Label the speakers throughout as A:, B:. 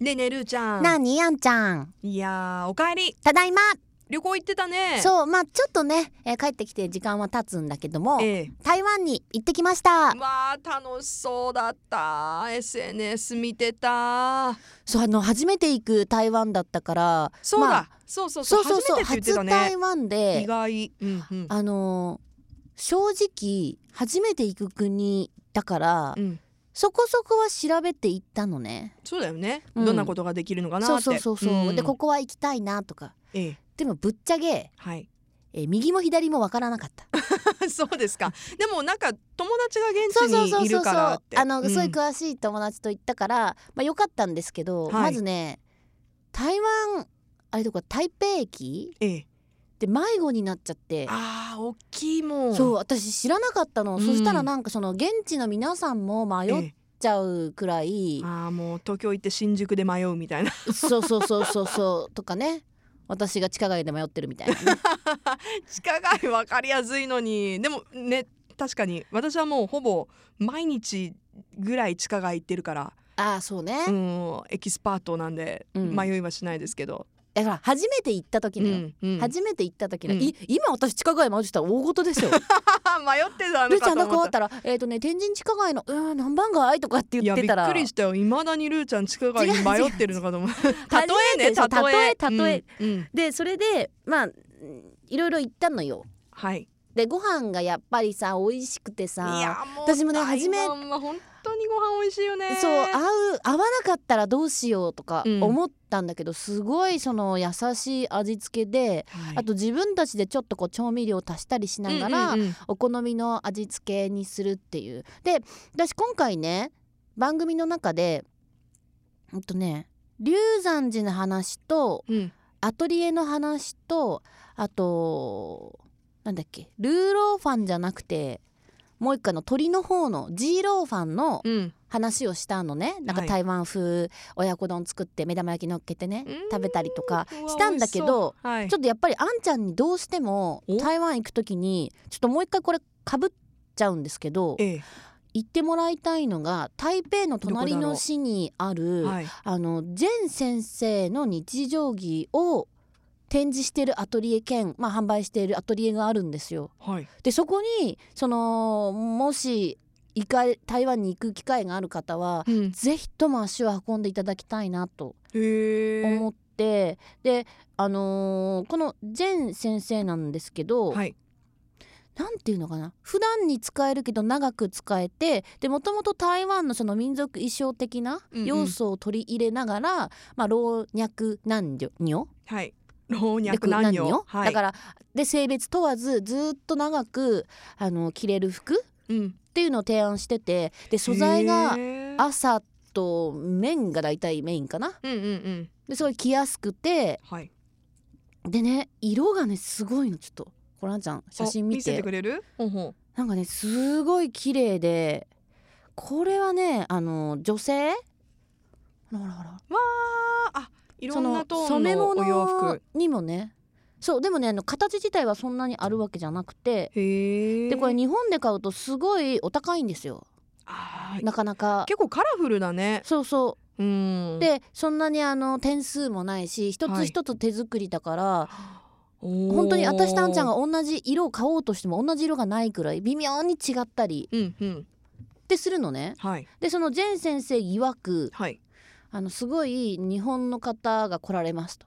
A: ねえねえるーちゃん
B: なあにやんちゃん
A: いやーおかえり
B: ただいま
A: 旅行行ってたねう
B: そうまあちょっとね、えー帰ってきて時間は経つんだけども
A: ええ
B: 台湾に行ってきました
A: まあ楽しそうだった SNS 見てた
B: そうあの初めて行く台湾だったから
A: そうだ、
B: まあ
A: そうそうそ
B: そううそうそう
A: 初めてって言
B: 初
A: ってた
B: 台
A: ね
B: 湾
A: 意
B: で
A: 外、うんうん
B: あのー正直初めて行く国だから、
A: うん、
B: そこそこは調べて行ったのね
A: そうだよね、
B: うん
A: どんなことができるのかなっ
B: そう
A: て
B: そうそうそう、
A: ん
B: でここは行きたいなとか
A: ええ
B: でもぶっちゃけ、
A: はい
B: えー右も左もわからなかった
A: そうですかでもなんか友達が現地
B: そうそうそ
A: に
B: う
A: い
B: そ
A: る
B: うそ
A: からっ
B: う
A: て
B: あの、
A: ん
B: そういう詳しい友達と行ったからまあ良かったんですけど、
A: はい
B: まずね台湾あれどこ台北駅
A: ええ
B: で迷子になっちゃって
A: あー大きいもん
B: そう私知らなかったの、
A: うん
B: そしたらなんかその現地の皆さんも迷っ
A: え
B: ちゃうくらい
A: え、あーもう東京行って新宿で迷うみたいな
B: そうそうそうそうそうとかね私が地下街で迷ってるみたいな ね、
A: 地下街分かりやすいのにでもね確かに私はもうほぼ毎日ぐらい地下街行ってるから
B: ああそうね、
A: うんエキスパートなんで
B: うん
A: 迷いはしないですけど、
B: だから初めて行った時
A: うん
B: のよ、
A: うん迷
B: 初めて行った時の、
A: うん
B: い今私地下街迷ってたら大事です
A: っ
B: よ
A: てたの
B: ルーちゃ
A: か
B: ん
A: と
B: なんかあ
A: 思っ
B: ったたら「えっ、とね天神地下街のうーん何番街?」とかって
A: い
B: 言
A: や
B: っ
A: び
B: て
A: った
B: ら
A: くりしたよ未だにルーちゃん地下街に迷ってるのか と思う例えね
B: 初め
A: 例え
B: てそう例え例え、
A: うんうん
B: でそれでまあうんいろいろ行ったのよ
A: はい
B: でご飯がやっぱりさ美味しくてさ
A: いやもう
B: 私もね初め
A: 台湾は本当にご飯美味しいよね
B: そう合う合わなかったらどうしようとか
A: うん
B: 思ったんだけど、すごいその優しい味付けで、
A: はい
B: あと自分たちでちょっとこう調味料足したりしながら、
A: うんうんうん
B: お好みの味付けにするっていうで私今回ね番組の中でうんとね龍山寺の話と
A: うん
B: アトリエの話とあとなんだっけルーローファンじゃなくてもう一回の鳥の方のジーローファンの
A: うん
B: 話をしたのねなんか
A: はい
B: 台湾風親子丼作って目玉焼き乗っけてね
A: うん
B: 食べたりとか
A: うわ
B: したんだけど
A: 美味しそうはい
B: ちょっとやっぱりあんちゃんにどうしても
A: お
B: 台湾行く時にちょっともう一回これかぶっちゃうんですけど
A: え
B: 行ってもらいたいのが台北の隣
A: どこだろう
B: の市にあ
A: え
B: る
A: はい
B: あの全先生の日常着を展示してるアトリエ兼、まあ、販売しているアトリエがあるんですよ。
A: はい
B: でそこにそのもし行か台湾に行く機会がある方は
A: うん
B: ぜひとも足を運んでいただきたいなと
A: へえ
B: 思ってであのーこのジェン先生なんですけど、
A: はい
B: なんていうのかな普段に使えるけど長く使えてでもともと台湾のその民族衣装的な
A: うんうん
B: 要素を取り入れながら、まあ、老若男女
A: はい老若男女はい
B: だからで性別問わずずっと長くあの着れる服
A: うん
B: っていうのを提案しててで素材が
A: へえ
B: 朝と綿が大体メインかな
A: うんうんうん
B: ですごい着やすくて
A: はい
B: でね色がねすごいのちょっとコランちゃん写真見
A: お見せ
B: て
A: てくれるほうほ
B: なんかねすごい綺麗でこれはねあの女性ほらほらほら
A: うわーあいろんなトー
B: そ
A: ン
B: の
A: のお洋服
B: にもねそうでもねあの形自体はそんなにあるわけじゃなくて
A: へえ
B: でこれ日本で買うとすごいお高いんですよ
A: あー
B: なかなか
A: 結構カラフルだね
B: そうそううんでそんなにあの点数もないし一
A: は
B: つ
A: い
B: 一つ手作りだから、
A: 本
B: 本当に私とあんちゃんが同じ色を買おうとしても同じ色がないくらい微妙に違ったり
A: うんうん
B: ってするのね
A: はい
B: でそのジェン先生曰く
A: はい
B: あのすごい日本の方が来られますと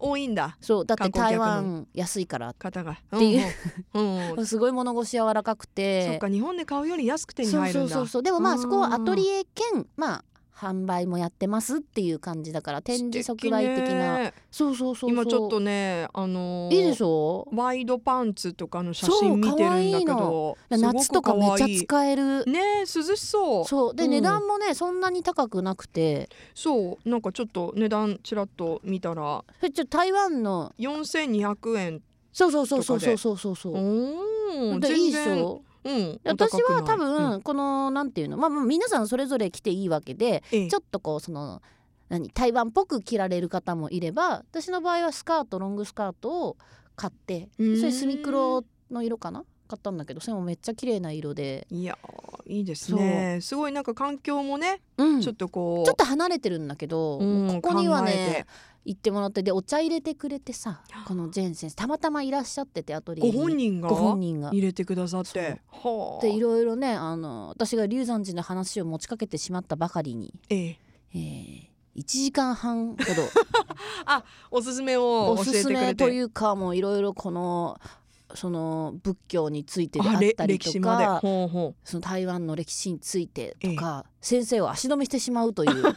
A: 多いんだ
B: そうだって
A: 観光
B: 台
A: 客の
B: 湾安いから
A: 方がって
B: いう
A: うんうんう ん
B: すごい物腰柔らかくて
A: そっか日本で買うより安く手に入るんだ
B: そうそうそうそうでもま
A: う
B: あ
A: ん
B: そこはアトリエ兼まあ販売もやってますっていう感じだから展示即売的な
A: 素敵ね
B: そうそうそうそう
A: 今ちょっとねあのー
B: いいでしょ
A: ワイドパンツとかの写真見てるんだけどすごく
B: 夏とかめっち
A: 可
B: ゃ
A: 愛い
B: 使える
A: ねえ涼しそうそう
B: そうで、
A: うん
B: 値段もねそんなに高くなくて
A: なんかちょっと値段ちらっと見たら
B: それちょっと台湾の
A: 4200円
B: そうそうそうそうそうそうそうそう
A: おお
B: でいいでしょ
A: うん
B: で私は多分、
A: ち
B: このなんていうの、まあ、まあ皆さんそれぞれ着ていいわけで
A: ょっ
B: ちょっとこうその何台湾っぽく着られる方もいれば私の場合はスカートロングスカートを買って
A: うーん
B: それ墨黒の色かな買ったんだけどそれもめっちゃ綺麗な色で、
A: いやーいいですねすごいなんか環境もね、
B: うん、
A: ちょっとこう
B: ちょっと離れてるんだけど、
A: うん
B: ここには
A: 考え
B: ね
A: て
B: 行ってもらってでお茶入れてくれてさこのジェーン先生たまたまいらっしゃっててアトリエ
A: ご
B: に
A: 本人が
B: ご本人が。
A: 入れてくださってはあ
B: でいろいろねあの私が龍山寺の話を持ちかけてしまったばかりに、
A: ええ
B: えー、1時間半ほど
A: おすすめを
B: お
A: 教
B: す
A: えて
B: す
A: くれ
B: め
A: て
B: というかもういろいろこのその仏教についてであっ
A: れ
B: たりと
A: 歴史まで
B: か
A: ほうほう
B: その台湾の歴史についてとか、先生を足止めしてしまうという
A: で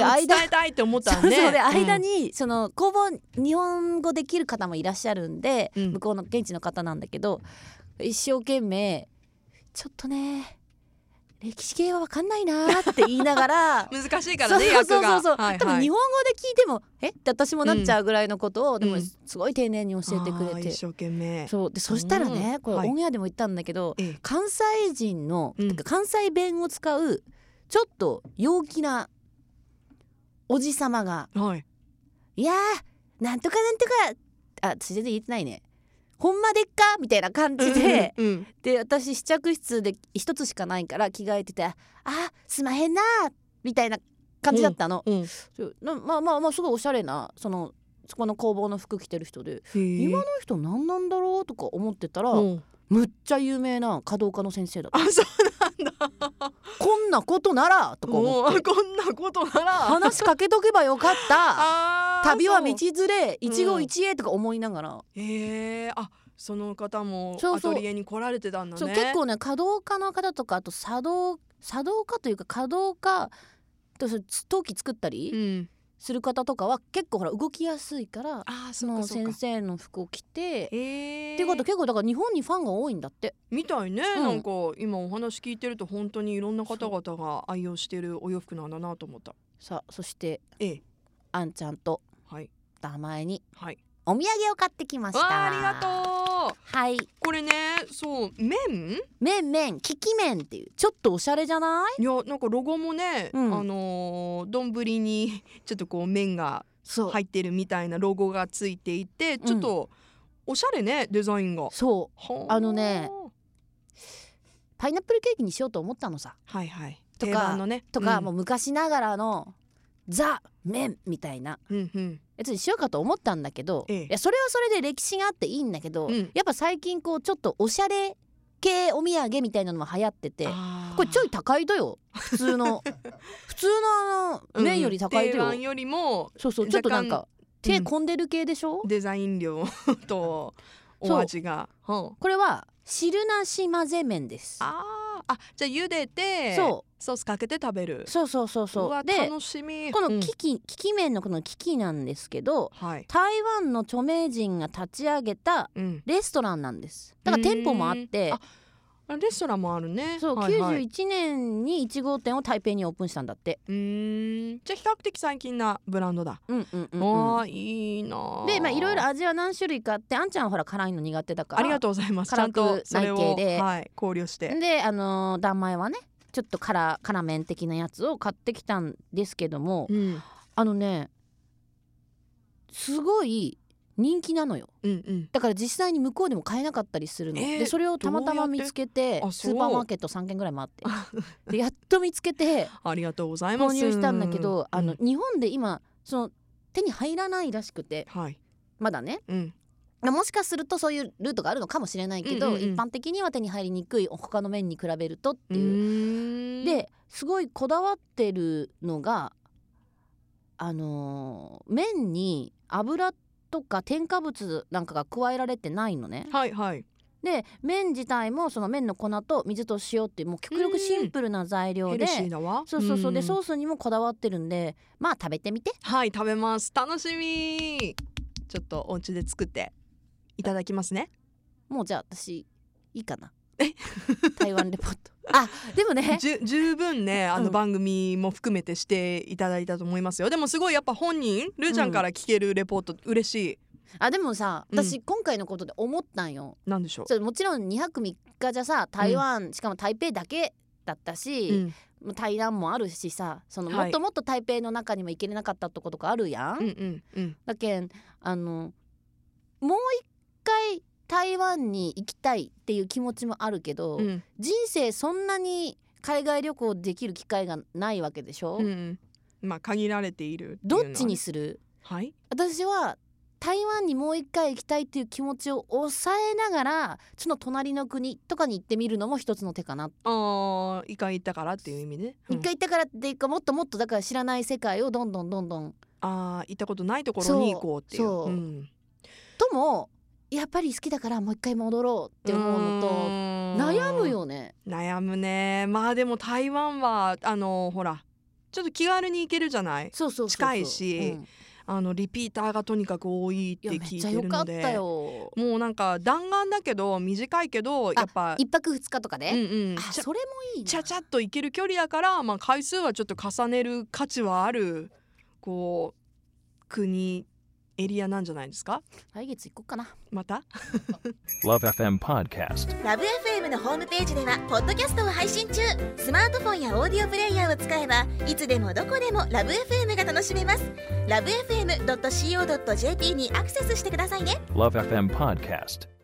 B: で
A: も
B: 間
A: 伝えたいって思った
B: そう
A: ら
B: そ
A: ね
B: うで間
A: うん
B: にその工房日本語できる方もいらっしゃるんで、
A: うん
B: 向こうの現地の方なんだけど一生懸命ちょっとね歴史系は分かんないなって言いなが ら
A: 難しいからね
B: そう
A: 役
B: そうそ
A: が
B: うそ
A: は
B: う、
A: いはい
B: 多分日本語で聞いてもえって私もなっちゃうぐらいのことを、で
A: う
B: も
A: ん
B: すごい丁寧に教えてく
A: あ
B: れ
A: ー
B: て、
A: 一生懸命
B: そうでそしたらね、
A: うん
B: これ
A: はい
B: オンエアでも言ったんだけど、
A: ええ
B: 関西人の、
A: うん
B: てか関西弁を使うちょっと陽気なおじさまが
A: はい
B: 「いやーなんとかなんとかあ私全然言えてないねほんまでっか?」みたいな感じで、
A: うんうん
B: で私試着室で一つしかないから着替えてて「あすまへんな」みたいな感じだったの。
A: うんうん
B: そうなまあまあまあすごいおしゃれなそのそこの工房の服着てる人で
A: へー
B: 今の人何なんだろうとか思ってたら、
A: うん
B: むっちゃ有名な華道家の先生だった
A: あそうなんだ
B: こんなことならとか
A: も
B: 思っ
A: う
B: て
A: こんなことなら
B: 話しかけとけばよかった
A: あー
B: 旅は
A: そ
B: 道
A: う
B: 連れ一期一会とか思いながら、
A: へえあその方も
B: そ
A: ア
B: うそう
A: トリエに来られてたんだね
B: そう結構ね華道家の方とかあと茶道茶道家というか華道家とそう陶器作った
A: う
B: り
A: ん
B: する方とかは結構ほら動きやすいから
A: あー
B: そ
A: そう
B: の
A: かそう
B: 先
A: か
B: 生の服を着て
A: へえ
B: っていうこと結構だから日本にファンが多いんだって
A: みたいね、
B: うん
A: なんか今お話聞いてると本当にいろんな方々が愛用してるお洋服なんだなと思った
B: さあそして
A: ええ
B: あんちゃんと
A: はい
B: 名前に
A: はい
B: お土産を買ってきまし
A: わ
B: た
A: あありがとう
B: うはい
A: これねそう麺
B: 麺麺きき麺っていうちょっとおしゃれじゃない
A: いやなんかロゴもね、
B: うん
A: あのー丼、ぶりに ちょっとこう麺が
B: そう、
A: 入ってるみたいなロゴがついていてちょっとおしゃれねデザインが。
B: そう
A: は
B: あのねパイナップルケーキにしようと思ったのさ
A: はいはい
B: とか
A: 定番のね
B: とか、
A: うん
B: もう昔ながらのザ麺みたいな
A: うんうん
B: やつにしようかと思ったんだけど、
A: ええ
B: いやそれはそれで歴史があっていいんだけど、
A: うん
B: やっぱ最近こうちょっとおしゃれ系お土産みたいなのも流行ってて
A: あー
B: これちょい高いとよ普 通の普通のあ
A: う
B: の
A: ん
B: 麺より高いと
A: 定
B: よ、
A: 番よりも
B: そうそうちょっとなんか手込んでる系でしょ、
A: デザイン量 と
B: そ
A: お
B: う
A: 味が。うん
B: これは汁なし混ぜ麺です
A: あーあじゃあ茹でて
B: そ
A: ソースかけて食べる。
B: そうそうそう
A: う
B: そ
A: わ
B: うで
A: 楽しみ。
B: こ
A: う
B: の
A: ん
B: キキ、キキ麺のこのキキなんですけど
A: はい。
B: 台湾の著名人が立ち上げた
A: うん。
B: レストランなんですだから店舗もあっ
A: うー
B: て
A: んああレストランもあるね。
B: そう、
A: はいはい、
B: 91年に1号店を台北にオープンしたんだって
A: うーん。じゃあ比較的最近なブランドだ。
B: うんうんう
A: あ
B: ん、うん、
A: あいいなー。
B: でまあいろいろ味は何種類かあってあんちゃんはほら辛いの苦手だから
A: ありがとうございます。ちゃん
B: 辛
A: と
B: く
A: それ
B: 内
A: を
B: 径で
A: はい考慮して。
B: であのー、断前はねちょっと辛辛麺的なやつを買ってきたんですけども
A: うん
B: あのねすごい人気なのよ
A: うんうん。
B: だから実際に向こうでも買えなかったりするの、
A: えー
B: でそれをたまた
A: どうやっ
B: ま
A: て
B: 見つけて
A: あそう
B: スーパーマーケット3軒ぐらい回ってでやっと見つけて
A: ありがとうございま
B: 購
A: す。
B: 入したんだけ
A: う
B: どあの、日本で今その手に入らないらしくて
A: はい。
B: まだね
A: うん。
B: まあもしかするとそういうルートがあるのかもしれないけど、
A: うんうんうん
B: 一般的には手に入りにくい他の面に比べるとっ
A: う
B: ていう
A: ーん。
B: ですごいこだわってるのがあのー麺に油とか添加物なんかが加えられてないのね。
A: はいはい。
B: で麺自体もその麺の粉と水と塩っていうもう極力シンプルな材料
A: ヘ
B: で
A: ル。シーだわ。
B: そうそうそうで
A: ん
B: ソースにもこだわってるんでまあ食べてみて
A: はい食べます楽しみちょっとお家で作っていただきますね
B: もうじゃあ私いいかな 台湾レポートあでもね
A: じゅ十分ねあ
B: う
A: の
B: ん
A: 番組も含めてしていただいたと思いますよでもすごいやっぱ本人ルーちゃんから聞けるレポート嬉しい、
B: あでもさ
A: うん
B: 私今回のことで思ったんよ、
A: なんでしょ
B: そうもちろん2泊3日じゃさ台湾、しかも台北だけだった
A: う、
B: し
A: う、ん、
B: もう台南もあるしさその
A: はい
B: もっともっと台北の中にも行けれなかったとことかあるやん。
A: うんうんうん
B: だけんあのもう一回台湾に行きたいっていう気持ちもあるけど、
A: うん
B: 人生そんなに海外旅行できる機会がないわけでしょ、
A: うん、まあ限られているていうの
B: ど
A: はね
B: っちにする
A: はい
B: 私は台湾にもう一回行きたいっていう気持ちを抑えながらその隣の国とかに行ってみるのも一つの手かな、
A: ああ一回行ったからっていう意味ね、うん
B: 一回行ったからっていうかもっともっとだから知らない世界をどんどんどんどん
A: ああ行ったことないところに行こうっていう
B: そうそうんともやっぱり好きだからもう一回戻ろうって思うの
A: う
B: と
A: ーん
B: 悩むよね
A: 悩むねまあでも台湾はあのほらちょっと気軽に行けるじゃない
B: そうそうそうそう
A: 近いし
B: うん
A: あのリピーターがとにかく多いって
B: いや
A: い
B: め
A: 聞
B: っ
A: い
B: ちゃ
A: て
B: 良
A: る
B: か
A: の
B: っ
A: で
B: たよ
A: もうなんか弾丸だけど短いけどやっぱ
B: 一泊二日とかで、
A: うんうん
B: あ
A: ちゃ
B: それもいいな
A: ちゃちゃっと行ける距離だから、まあ、回数はちょっと重ねる価値はあるこう国エリアなんじゃないですか
B: 来月行こうかな
A: また
C: Love FM Podcast.
D: ラブ f m のホームページではポッドキャストを配信中スマートフォンやオーディオプレイヤーを使えばいつでもどこでもラブ f m が楽しめますラブ FM.co.jp にアクセスしてくださいね
C: Love FM Podcast.